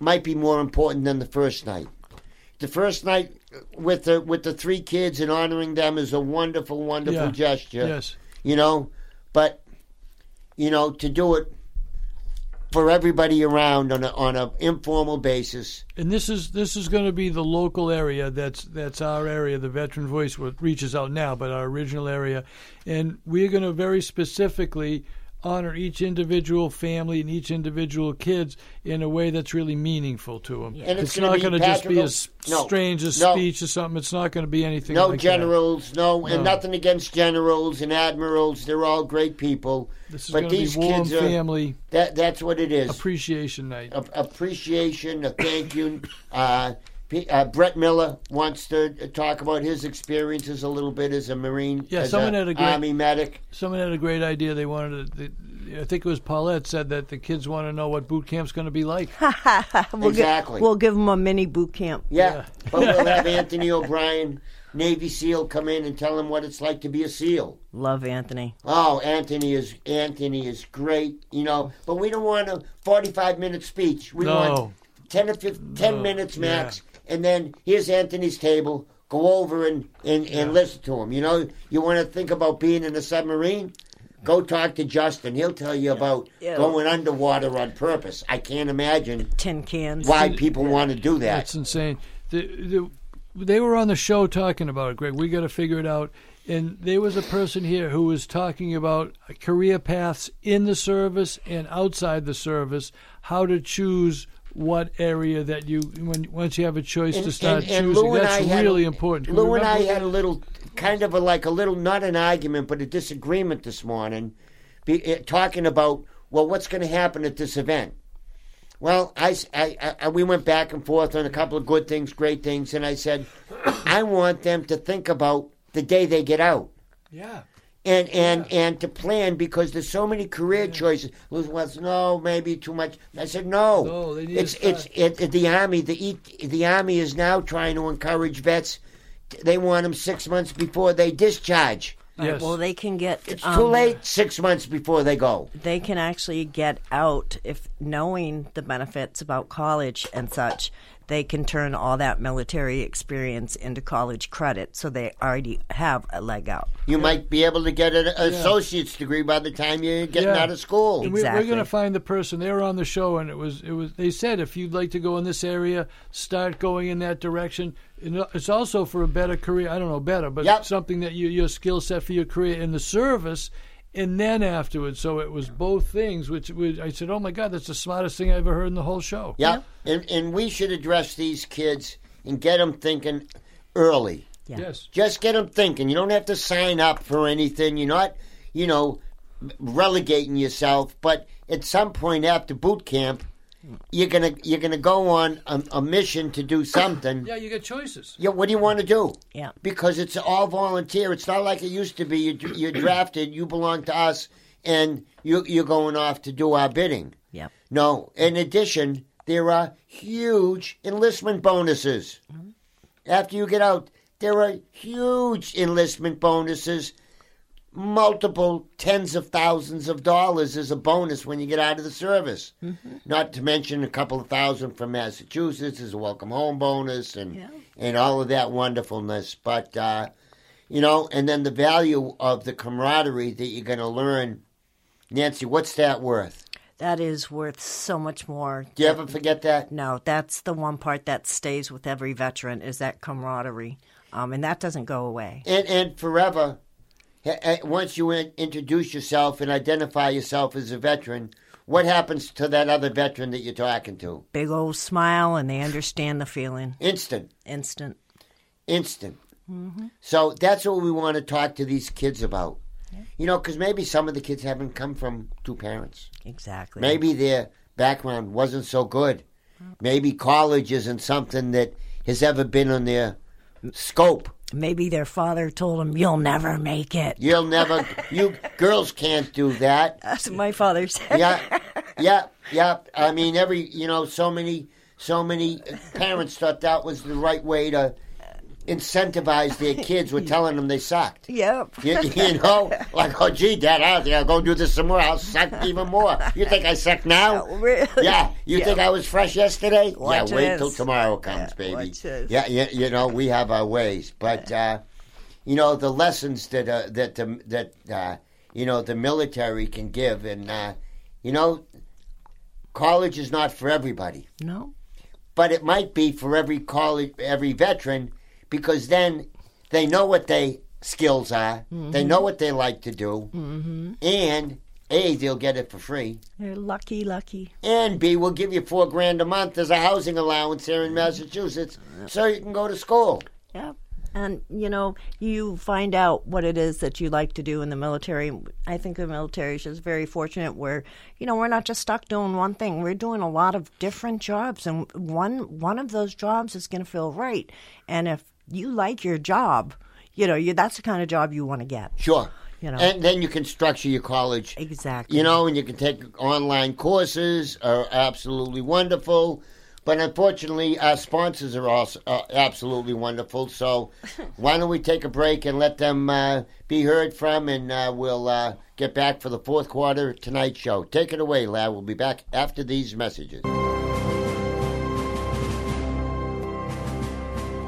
might be more important than the first night. The first night with the with the three kids and honoring them is a wonderful, wonderful
Yeah.
gesture
Yes.
you know but you know to do it for everybody around on a on a informal basis
And this is this is going to be the local area. That's that's our area. The veteran voice what reaches out now, but our original area, and we're going to very specifically honor each individual family and each individual kids in a way that's really meaningful to them.
And it's gonna
not
be
going to just be a s-
patriarchal- no,
strange a
no.
speech or something. It's not going to be anything.
no
like that.
generals no and
No.
nothing against generals and admirals they're all great people
This is
but
going to
these
be warm
kids are
family
that that's what it is
appreciation night.
a- appreciation, a thank you. Uh, P- uh, Brett Miller wants to talk about his experiences a little bit as a Marine,
Yeah,
as
someone
a
had a great-
Army medic.
Someone had a great idea. They wanted to. They, I think it was Paulette said that the kids want to know what boot camp's going to be like.
We'll gi-
exactly.
we'll give them a mini boot camp.
Yeah. but we'll have Anthony O'Brien, Navy SEAL, come in and tell him what it's like to be a SEAL.
Love Anthony.
Oh, Anthony is Anthony is great, you know. But we don't want a forty-five minute speech. We
No.
want ten or 15, ten
No,
minutes
yeah.
max, and then here's Anthony's table. Go over and and, and listen to him. You know, you want to think about being in a submarine. Go talk to Justin. He'll tell you about
Yeah.
going underwater on purpose. I can't imagine
Tin cans.
why people want to do that.
That's insane. The, the, they were on the show talking about it, Greg. We got to figure it out. And there was a person here who was talking about career paths in the service and outside the service, how to choose what area that you when once you have a choice to start choosing.
Lou and I
That's
had-
really important. Can we
Lou and I
remember-
had a little, kind of a, like a little, not an argument, but a disagreement this morning, be, eh, talking about well, what's going to happen at this event. Well, I, s- I- I- I- we went back and forth on a couple of good things, great things, and I said, I want them to think about the day they get out
yeah.
and and and to plan because there's so many career choices. Luz was no, maybe too much. I said no.
No, they need to
it's it's it, it- the army. The E- the army is now trying to encourage vets. They want them six months before they discharge.
Yes.
Well, they can get.
It's
um,
too late six months before they go.
They can actually get out if knowing the benefits about college and such. They can turn all that military experience into college credit, so they already have a leg out.
You might be able to get an associate's degree by the time you're getting
Yeah.
out of school.
We- We're
Exactly.
going to find the person. They were on the show, and it was it was. They said if you'd like to go in this area, start going in that direction. You know, It's also for a better career. I don't know better, but
Yep.
something that you, your skill set for your career in the service, and then afterwards. So it was both things. Which, which I said, oh my God, that's the smartest thing I ever heard in the whole show.
Yeah, and, and we should address these kids and get them thinking early.
Yeah.
Yes.
Just get them thinking. You don't have to sign up for anything. You're not, you know, relegating yourself. But at some point after boot camp, you're gonna you're gonna go on a, a mission to do something.
Yeah, you get choices.
Yeah, what do you want to do?
Yeah.
Because it's all volunteer. It's not like it used to be. You, you're drafted, you belong to us, and you, you're going off to do our bidding.
Yep.
No, in addition, there are huge enlistment bonuses.
Mm-hmm.
After you get out, there are huge enlistment bonuses. Multiple tens of thousands of dollars is a bonus when you get out of the service. Not to mention a couple of thousand from Massachusetts is a welcome home bonus and
Yeah.
and all of that wonderfulness. But uh, you know, and then the value of the camaraderie that you're going to learn. Nancy, what's that worth?
That is worth so much more.
Do you ever forget that?
No, that's the one part that stays with every veteran is that camaraderie, um, and that doesn't go away.
And and forever. Ha- ha- Once you in- introduce yourself and identify yourself as a veteran, what happens to that other veteran that you're talking to?
Big old smile, and they understand the feeling.
Instant,
Instant.
instant. So that's what we want to talk to these kids about. You know, because maybe some of the kids haven't come from two parents.
Exactly.
Maybe their background wasn't so good. Maybe college isn't something that has ever been on their scope.
Maybe their father told them, "You'll never make it."
You'll never, you girls can't do that.
That's what my father said.
Yeah, yeah, yeah. I mean, every, you know, so many, so many parents thought that was the right way to incentivize their kids with telling them they sucked.
Yep.
You, you know, like, oh, gee, Dad, I don't think I'll go do this some more. I'll suck even more. You think I suck now?
Really?
Yeah, you think I was fresh yesterday?
Watch
yeah, wait
this.
till tomorrow comes,
Yeah,
baby.
watch this.
Yeah, yeah, you know we have our ways, but uh, you know the lessons that uh, that the, that uh, you know the military can give, and uh, you know college is not for everybody,
No.
but it might be for every college every veteran because then they know what they skills are, they
Mm-hmm.
know what they like to do, and a they'll get it for free
They're lucky, lucky.
and B will give you four grand a month as a housing allowance here
Mm-hmm.
in Massachusetts, so you can go to school.
Yep. And you know, you find out what it is that you like to do in the military. I think the military is just very fortunate where, you know, we're not just stuck doing one thing. We're doing a lot of different jobs and one one of those jobs is going to feel right. And if you like your job, you know, you that's the kind of job you want to get.
Sure,
You know.
and then you can structure your college.
Exactly.
You know, and you can take online courses. Are absolutely wonderful. But unfortunately, our sponsors are also uh, absolutely wonderful. So, why don't we take a break and let them uh, be heard from, and uh, we'll uh, get back for the fourth quarter of tonight's show. Take it away, lad. We'll be back after these messages.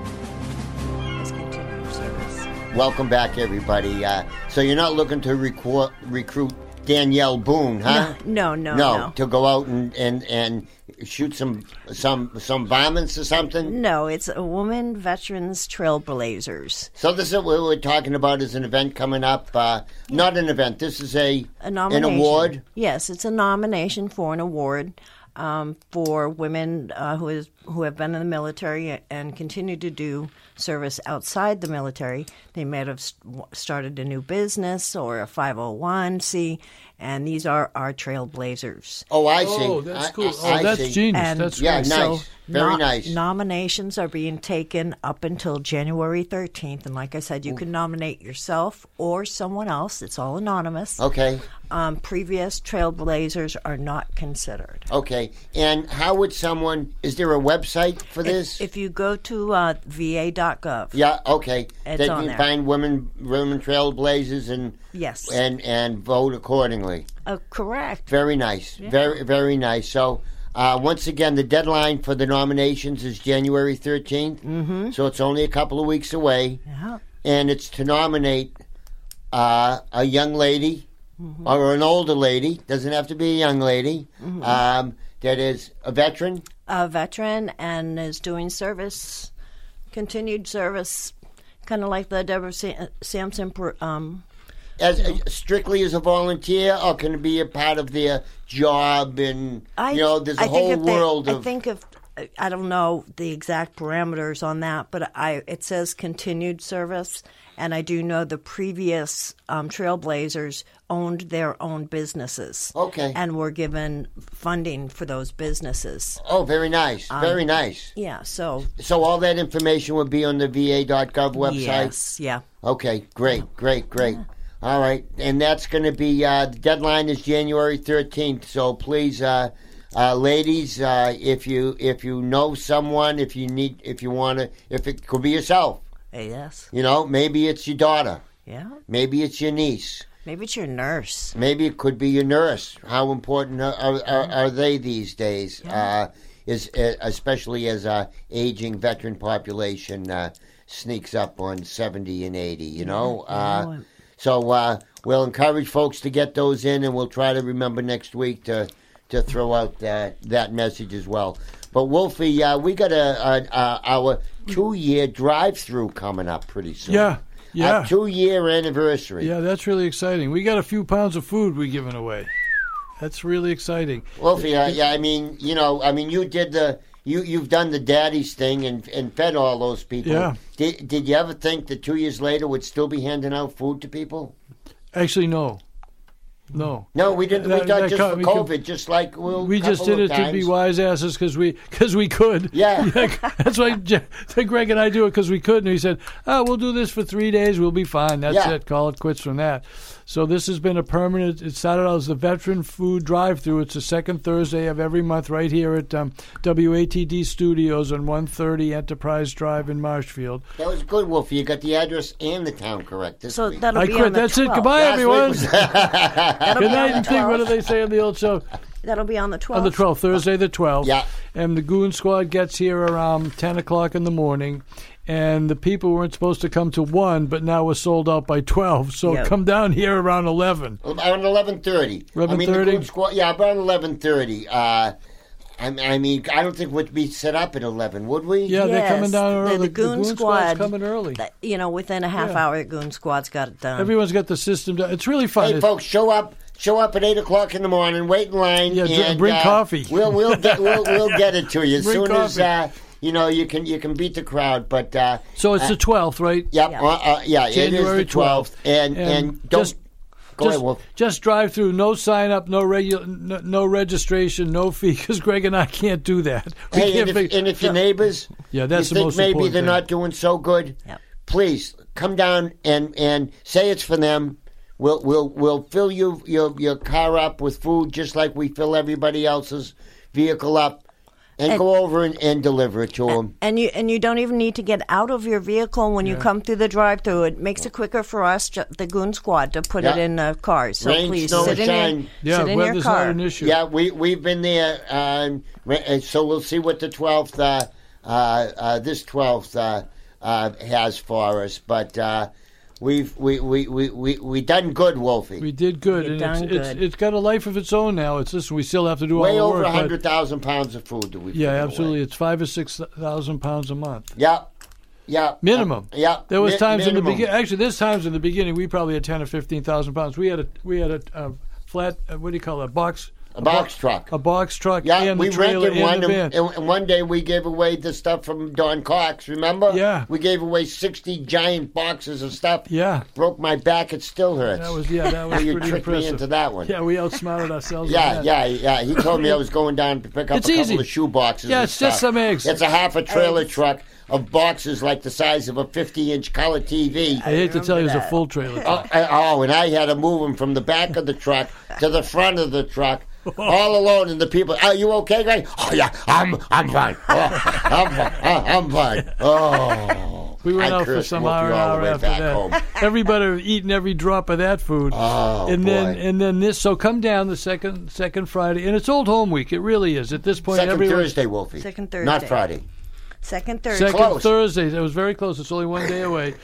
Let's continue our service.
Welcome back, everybody. Uh, so you're not looking to recruit, recruit Danielle Boone, huh?
No, no,
Uh, no,
no.
to go out and, and, and shoot some some some bombings or something.
No, it's a woman veterans trailblazers.
So this is what we're talking about. Is an event coming up? Uh, Not an event. This is a,
a nomination.
an award.
Yes, it's a nomination for an award um, for women uh, who is who have been in the military and continue to do service outside the military. They might have st- started a new business or a five hundred one c, and these are our trailblazers.
Oh, I see.
Oh, that's
I-
cool.
I,
oh, that's
see.
genius.
And
that's
Yeah,
great.
nice.
so
Very
No-
nice.
Nominations are being taken up until January 13th. And like I said, you can nominate yourself or someone else. It's all anonymous.
Okay.
Um, previous trailblazers are not considered.
Okay. And how would someone? Is there a website for this?
If you go to uh, va.gov,
yeah. Okay.
It's
they
on
can
there.
find women, women trailblazers, and
Yes.
and and vote accordingly.
uh, correct.
Very nice. Very very nice. So. Uh, once again, the deadline for the nominations is January 13th, mm-hmm. so it's only a couple of weeks away.
Yeah.
and it's to nominate uh, a young lady
Mm-hmm.
or an older lady doesn't have to be a young lady um, that is a veteran
A veteran and is doing service, continued service, kind of like the Deborah Sa- Sampson. per- Um,
as strictly as a volunteer or can it be a part of their job and
I,
you know there's a
I
whole
think if they-
world
I
of
think if I don't know the exact parameters on that, but I it says continued service, and I do know the previous um, Trailblazers owned their own businesses.
Okay.
and were given funding for those businesses.
oh very nice very nice
Yeah, so
so all that information would be on the va.gov website
yes, yeah.
Okay, great, great, great. All right, and that's going to be uh, the deadline is January thirteenth. So please, uh, uh, ladies, uh, if you if you know someone, if you need, if you want to, if it could be yourself,
Yes.
you know, maybe it's your daughter,
Yeah.
maybe it's your niece,
Maybe it's your nurse.
maybe it could be your nurse. How important are are, are, are they these days? Uh, is uh, especially as our aging veteran population uh, sneaks up on seventy and eighty. You know. Uh,
Oh,
so uh, we'll encourage folks to get those in, and we'll try to remember next week to to throw out that that message as well. But Wolfie, uh, we got a, a, a our two year drive through coming up pretty soon.
Yeah, yeah.
Our two year anniversary.
Yeah, that's really exciting. We got a few pounds of food we're giving away. That's really exciting.
Wolfie, uh, yeah, I mean, you know, I mean, you did the. You, you've done the daddies thing and, and fed all those people.
Yeah.
Did, did you ever think that two years later would still be handing out food to people?
Actually, no, no.
No, we didn't. we
That-
done
that
just
co-
for
we
COVID,
com-
just like well,
We just
couple
did it
of
to be
times.
wise asses because we because we could.
Yeah.
that's why Je- Greg and I do it because we could. And he said, "Oh, we'll do this for three days. We'll be fine. That's
Yeah.
it. Call it quits from that." So this has been a permanent. It started out as the Veteran Food Drive-Through. It's the second Thursday of every month, right here at um, WATD Studios on 130 Enterprise Drive in Marshfield.
That was good, Wolfie. You got the address and the town correct. This
So
week.
that'll
I
be on
quit.
the
That's it.
12th.
Goodbye,
Last week
everyone.
was-
That'll
Good
be
night
on
and
the
think. What do
12th.
they say on the old show?
That'll be on the 12th.
On the 12th, Thursday the 12th.
Uh, Yeah.
And the goon squad gets here around 10 o'clock in the morning. And the people weren't supposed to come to 1, but now we're sold out by 12. So
Yeah.
come down here around 11.
around eleven thirty. I mean, the
11:30?
Goon Squad. Yeah, around eleven thirty. Uh, I, I mean, I don't think we'd be set up at eleven, would we?
Yeah, they're coming
Yes,
down
the-
early.
The,
the
goon,
goon
squad
squad's coming early.
th- You know, within a half
Yeah.
hour, the goon squad's got it done.
Everyone's got the system down. It's really fun.
Um, Hey,
It's-
folks, show up. Show up at eight o'clock in the morning. Wait in line.
Yeah, dr-
and,
bring
uh,
coffee.
We'll we'll get we'll, we'll get it to you as
Bring
soon as
coffee.
uh, you know you can you can beat the crowd. But uh,
so it's the 12th, right?
yep,
Yeah.
yeah, uh, uh, yeah it is the
January 12th.
twelfth, and,
And
and don't
just-
go
just,
ahead, Wolf.
just drive through. No sign up. No regu- no, no registration. No fee. Because Greg and I can't do that. We
Hey, and
can't
if,
fig-
and if your neighbors,
Yeah, that's
you
the
think
most
maybe
important
they're
thing.
not doing so good.
Yep.
Please come down and, and say it's for them. We'll we'll we'll fill you your your car up with food just like we fill everybody else's vehicle up, and,
And-
go over and, and deliver it to them.
and you and you don't even need to get out of your vehicle when you come through the drive-through. It makes it quicker for us, ju- the goon squad, to put it
Yeah.
in the cars. So
Rain,
please
snow,
sit
or
in
shine.
your
yeah,
sit in your
weather's
car.
not an issue.
Yeah, we we've been there, um, re- uh, so we'll see what the twelfth, uh, uh, uh, this twelfth, uh, uh, has for us. But uh, we've we we, we, we we done good, Wolfie.
We did good,
You've
and
done
it's, It's,
good.
it's got a life of its own now. It's this. We still have to do
Way
all the
over
work.
a
but-
hundred thousand pounds of food do we?
yeah,
put away.
absolutely. It's five or six thousand pounds a month
Yeah, yeah.
minimum.
Uh, yeah.
There was
mi-
times in the
minimum.
beginning. Actually, there's times in the beginning we probably had ten or fifteen thousand pounds. We had a we had a, a flat. uh what do you call it? Box.
A a box truck.
a box truck
Yeah,
and the
we
trailer
rented
and
one,
the van.
and, and one day we gave away the stuff from Don Cox. Remember?
Yeah.
we gave away sixty giant boxes of stuff.
yeah,
broke my back. It still hurts.
that was yeah, that was
you
pretty
tricked me
impressive.
into that one.
Yeah, we outsmarted ourselves.
Yeah,
on that.
yeah, yeah. He told me I was going down to pick up
It's
a couple
easy.
of shoe boxes.
Yeah,
and
it's just
stuff.
some eggs.
It's a half a trailer
Eggs.
truck of boxes like the size of a 50 inch color TV.
I hate to tell you, it was a
Remember
full trailer.
Oh, I- oh, and I had to move them from the back of the truck to the front of the truck. All alone, and the people. Are you okay, guy? Oh yeah, I'm. I'm fine. Oh, I'm fine. Oh, I'm fine. Oh,
We went
I
out for
cursed
some
Whoopi all
hour,
the
hour
way
after
back
that.
home.
Everybody eating every drop of that food.
Oh,
and then
boy.
and then this. So come down the second second Friday, and it's old home week. It really is at this point.
Second
everyone-
Thursday, Wolfie.
Second
not
Thursday.
Friday.
Second, third.
Second
Close.
Thursday. That was very close. It's only one day away,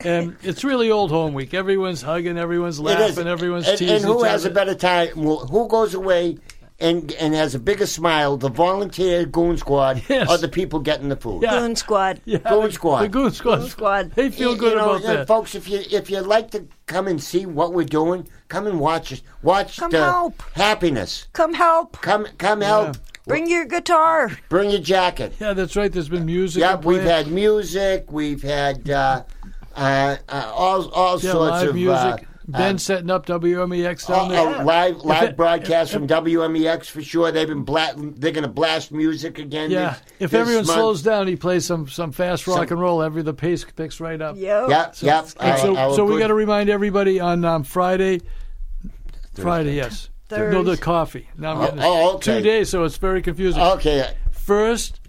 and it's really old home week. Everyone's hugging, everyone's
It is.
laughing, everyone's
and,
teasing.
and who
each
has a
other.
better time? Who who goes away and and has a bigger smile? The volunteer goon squad
Yes.
or the people getting the food?
Yeah.
Goon Squad.
Goon squad.
The Goon Squad.
Goon Squad.
They feel
You-
good
you know,
about
uh,
that.
folks. If you if you like to come and see what we're doing, come and watch us. Watch
Come
the
help.
happiness.
Come help.
Come come help.
Bring your guitar.
Bring your jacket.
yeah, that's right. There's been music.
Yeah,
and
we've
play.
had music. We've had uh, uh, uh, all all
yeah,
sorts
live
of
music.
Uh,
ben setting up WMEX down
Oh,
there.
oh, live live broadcast from WMEX for sure. They've been bla- they're going to blast music again.
Yeah,
this-
if
this
everyone
month.
slows down, he plays some some fast rock
Some-
and roll. Every the pace picks right up.
Yo.
Yep, yep.
And so,
our- our
so we
good-
got to remind everybody on um, Friday. Friday, yes.
Thursday.
No, the coffee. Now I'm
Oh,
getting it.
oh, okay. Uh,
Two days, so it's very confusing.
Okay,
First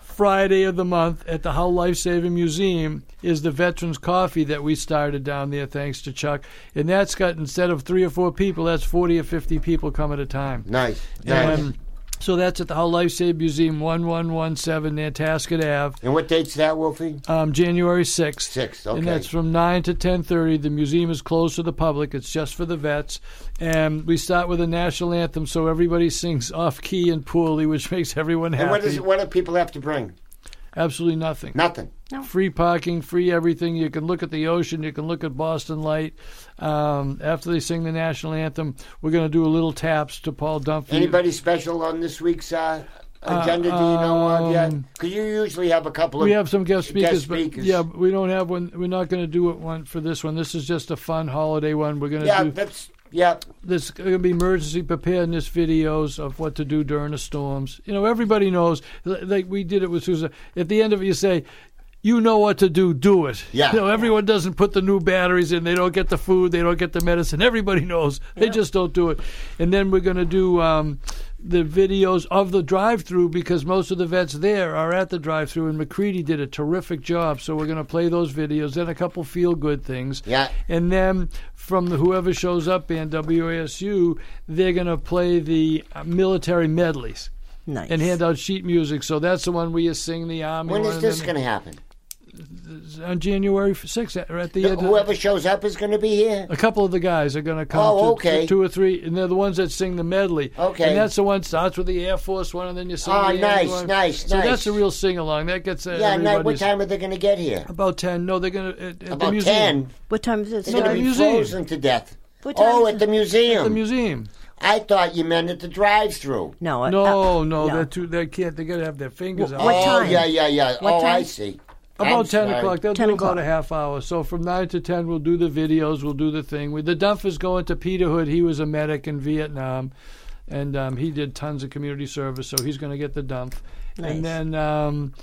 Friday of the month at the Hull Life Saving Museum is the Veterans Coffee that we started down there, thanks to Chuck. And that's got instead of three or four people, that's forty or fifty people come at a time.
nice, nice.
Um, so that's at the Hull Life Saving Museum, one one one seven Nantasket Ave.
and what date's that, Wolfie?
Um, January sixth.
Sixth.
And
Okay.
that's from nine to ten thirty. The museum is closed to the public. It's just for the vets. And we start with a national anthem, so everybody sings off key and poorly, which makes everyone happy.
and what is what do people have to bring?
Absolutely nothing.
Nothing.
Free parking, free everything. You can look at the ocean. You can look at Boston Light. Um, after they sing the national anthem, we're going to do a little taps to Paul Dumphy.
Anybody special on this week's uh, agenda? do you know of yet? Because you usually have a couple of.
um, We have some guest speakers,
speakers.
but yeah, we don't have one. We're not going to do it one for this one. This is just a fun holiday one. We're going to
yeah,
do
that's yeah.
there's going to be emergency preparedness videos of what to do during the storms. You know, everybody knows. L- Like we did it with Susan. At the end of it, you say, "You know what to do. Do it."
Yeah.
You know, everyone doesn't put the new batteries in. They don't get the food. They don't get the medicine. Everybody knows. They just don't do it. And then we're going to do. Um, the videos of the drive-through because most of the vets there are at the drive-through, and McCready did a terrific job. So we're going to play those videos and a couple feel-good things
Yeah.
and then from the, whoever shows up in WASU, they're going to play the uh, military medleys
Nice.
and hand out sheet music. So that's the one where you sing the army.
When
one
is
and
this
then-
going to happen?
On January f- 6th, at- or at the end. of-
Whoever shows up is going to be here.
a couple of the guys are going to come.
Oh,
to-
okay.
to two or three, and they're the ones that sing the medley.
Okay.
And that's the one starts with the Air Force one, and then you sing.
Oh,
the Army
nice,
one.
nice,
So
nice.
that's a real sing along. That gets uh,
Yeah, and that- what
everybody's-
time are they going to get here?
About ten. No, they're going to at, at the
About
museum.
ten.
What time is it
They're going
start?
to be
museum.
frozen to death.
What time
Oh,
is
at the
it?
museum.
The museum.
I thought you meant at the drive-through.
No. uh,
No,
uh,
no, they're too. They can't. They got to have their fingers out.
What
oh,
time?
yeah, yeah, yeah.
What
oh, I
time?
see.
About
I'm
10
sorry.
o'clock. They'll
10
do
o'clock.
about a half hour. So from 9 to 10, we'll do the videos. We'll do the thing. We, the dump is going to Peter Hood. He was a medic in Vietnam, and um, he did tons of community service, so he's going to get the dump.
Nice.
And then, um,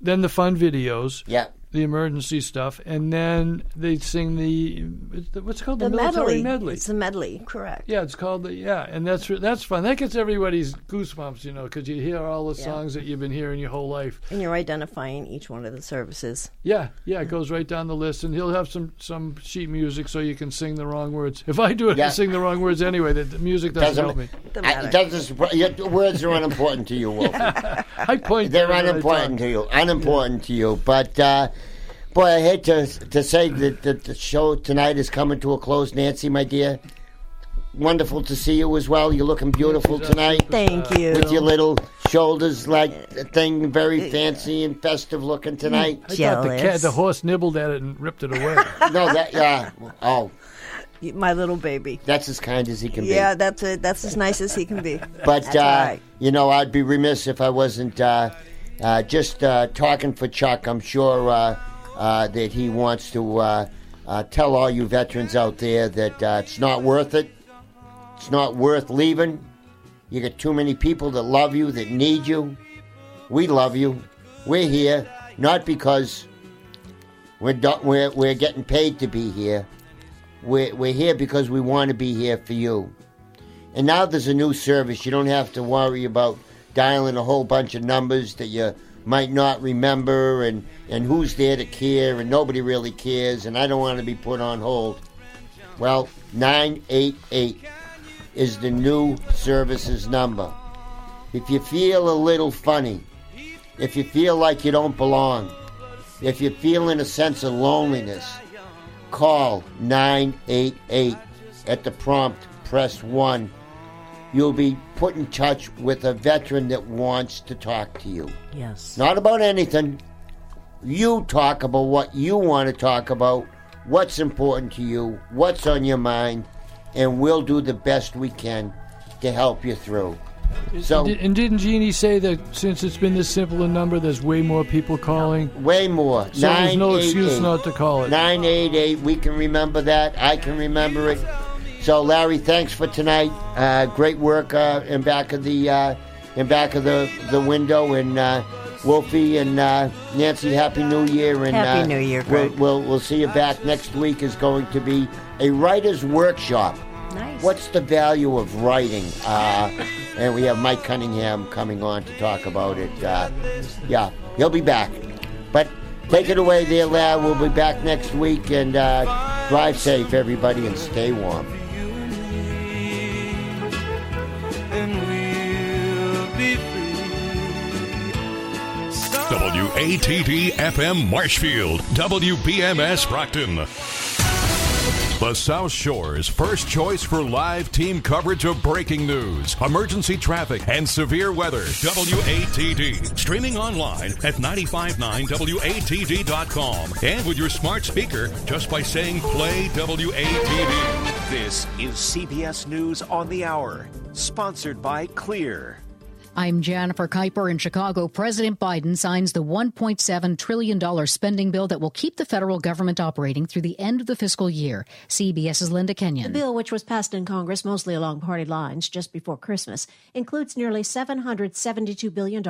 then the fun videos,
Yeah.
the emergency stuff, and then they sing the, it's the- what's it called? The,
The
military
medley.
medley.
It's the medley, correct.
Yeah, it's called the yeah, and that's that's fun. That gets everybody's goosebumps, you know, because you hear all the songs that you've been hearing your whole life.
And you're identifying each one of the services.
Yeah, yeah, it goes right down the list, and he'll have some some sheet music so you can sing the wrong words. If I do it,
Yeah.
I sing the wrong words anyway. The, the music doesn't,
Doesn't,
help me.
Doesn't
I,
matter.
doesn't surpri- your words are unimportant to you, Wolf.
I point.
They're
whenever I
unimportant
talk.
to you. Unimportant to you. But, uh, boy, I hate to, to say that, that the show tonight is coming to a close. Nancy, my dear, wonderful to see you as well. You're looking beautiful tonight.
Thank you.
With your little shoulders like thing, very fancy and festive looking tonight.
I thought the cat,
Jealous.
the horse nibbled at it and ripped it away.
No, that yeah. Oh,
my little baby.
That's as kind as he can be.
Yeah, that's it. That's as nice as he can be.
But
That's
uh,
right.
you know, I'd be remiss if I wasn't uh, uh, just uh, talking for Chuck. I'm sure uh, uh, that he wants to uh, uh, tell all you veterans out there that uh, it's not worth it. It's not worth leaving. You got too many people that love you, that need you. We love you. We're here not because we're do- we're, we're getting paid to be here. We're, we're here because we want to be here for you. And now there's a new service. You don't have to worry about dialing a whole bunch of numbers that you might not remember and, and who's there to care and nobody really cares and I don't want to be put on hold. Well, 988 is the new services number. If you feel a little funny, if you feel like you don't belong, if you're feeling a sense of loneliness, call 988 at the prompt press 1 you'll be put in touch with a veteran that wants to talk to you
Yes.
not about anything you talk about what you want to talk about what's important to you what's on your mind and we'll do the best we can to help you through so
Did- And didn't Jeannie say that since it's been this simple a number, there's way more people calling?
way more
So there's no
988.
excuse not to call it.
988. We can remember that. I can remember it. So, Larry, thanks for tonight. Uh, great work uh, in back of the uh, in back of the, the window. And uh, Wolfie and uh, Nancy, happy New Year! And
Happy
uh,
New Year,
We'll,
Greg.
we'll we'll see you back next week. Is going to be a writer's workshop.
Nice.
What's the value of writing? Uh, and we have Mike Cunningham coming on to talk about it. Uh, yeah, he'll be back. But take it away there, lad. We'll be back next week. And uh, drive safe, everybody, and stay warm.
and we'll be free.
WATD FM Marshfield, WBMS Brockton. The South Shore's first choice for live team coverage of breaking news, emergency traffic, and severe weather. WATD. Streaming online at 959WATD.com and with your smart speaker just by saying play WATD.
This is CBS News on the Hour, sponsored by Clear.
I'm Jennifer Kuiper in Chicago. President Biden signs the $1.7 trillion spending bill that will keep the federal government operating through the end of the fiscal year. CBS's Linda Kenyon.
The bill, which was passed in Congress mostly along party lines just before Christmas, includes nearly $772 billion